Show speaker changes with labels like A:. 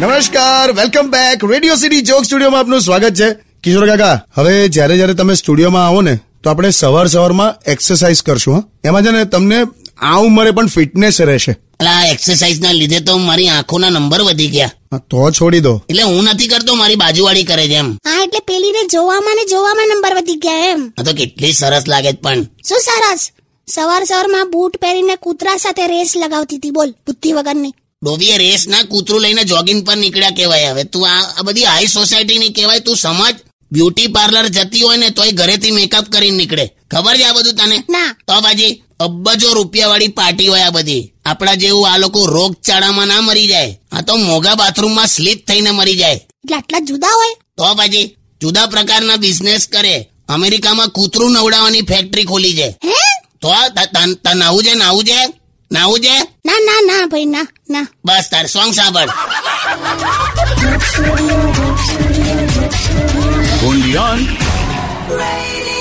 A: નમસ્કાર welcome back radio city joke સ્ટુડિયોમાં આપનું સ્વાગત છે કિશોર કાકા હવે જ્યારે જ્યારે તમે સ્ટુડિયોમાં આવો ને તો આપણે સવાર સવારમાં એક્સરસાઇઝ કરશું હં? એમાં છે ને તમને આ ઉંમરે પણ ફિટનેસ રહેશે
B: અલા એક્સરસાઇઝ ના લીધે તો મારી આંખોના નંબર વધી ગયા
A: હા, તો છોડી દો
B: એટલે હું નથી કરતો મારી બાજુવાળી કરે છે એમ
C: હા એટલે પેલીને જોવામાં ને જોવામાં નંબર વધી ગયા એમ
B: આ તો કેટલી સરસ લાગે છે પણ
C: શું સરસ સવાર સવારમાં બૂટ પહેરીને કૂતરા સાથે રેસ લગાવતી હતી બોલ બુદ્ધિ વગરની
B: ડોબીએ રેસ ના કૂતરું લઈને જોગિંગ પર નીકળ્યા કહેવાય હવે તું આ આ બધી હાઈ સોસાયટી ની કહેવાય તું સમજ બ્યુટી પાર્લર જતી હોય ને તોય ઘરેથી મેકઅપ કરીને નીકળે ખબર છે આ બધું તને
C: ના
B: તો બાજી અબજો રૂપિયા વાળી પાર્ટી હોય આ બધી આપણા જેવું આ લોકો રોગચાળામાં ના મરી જાય આ તો મોગા બાથરૂમમાં સ્લીપ થઈને મરી જાય
C: એટલે આટલા જુદા હોય
B: તો પછી જુદા પ્રકારના બિઝનેસ કરે અમેરિકામાં કૂતરું નવડાવવાની ફેક્ટરી ખોલી છે
C: હે
B: તો આ ત- ત- ત- નાવું છે નાવું છે નાવું છે
C: ના ના ના ભાઈ ના ના
B: બસ તાર સોંગ સાંભળ
D: Undian.
E: Radio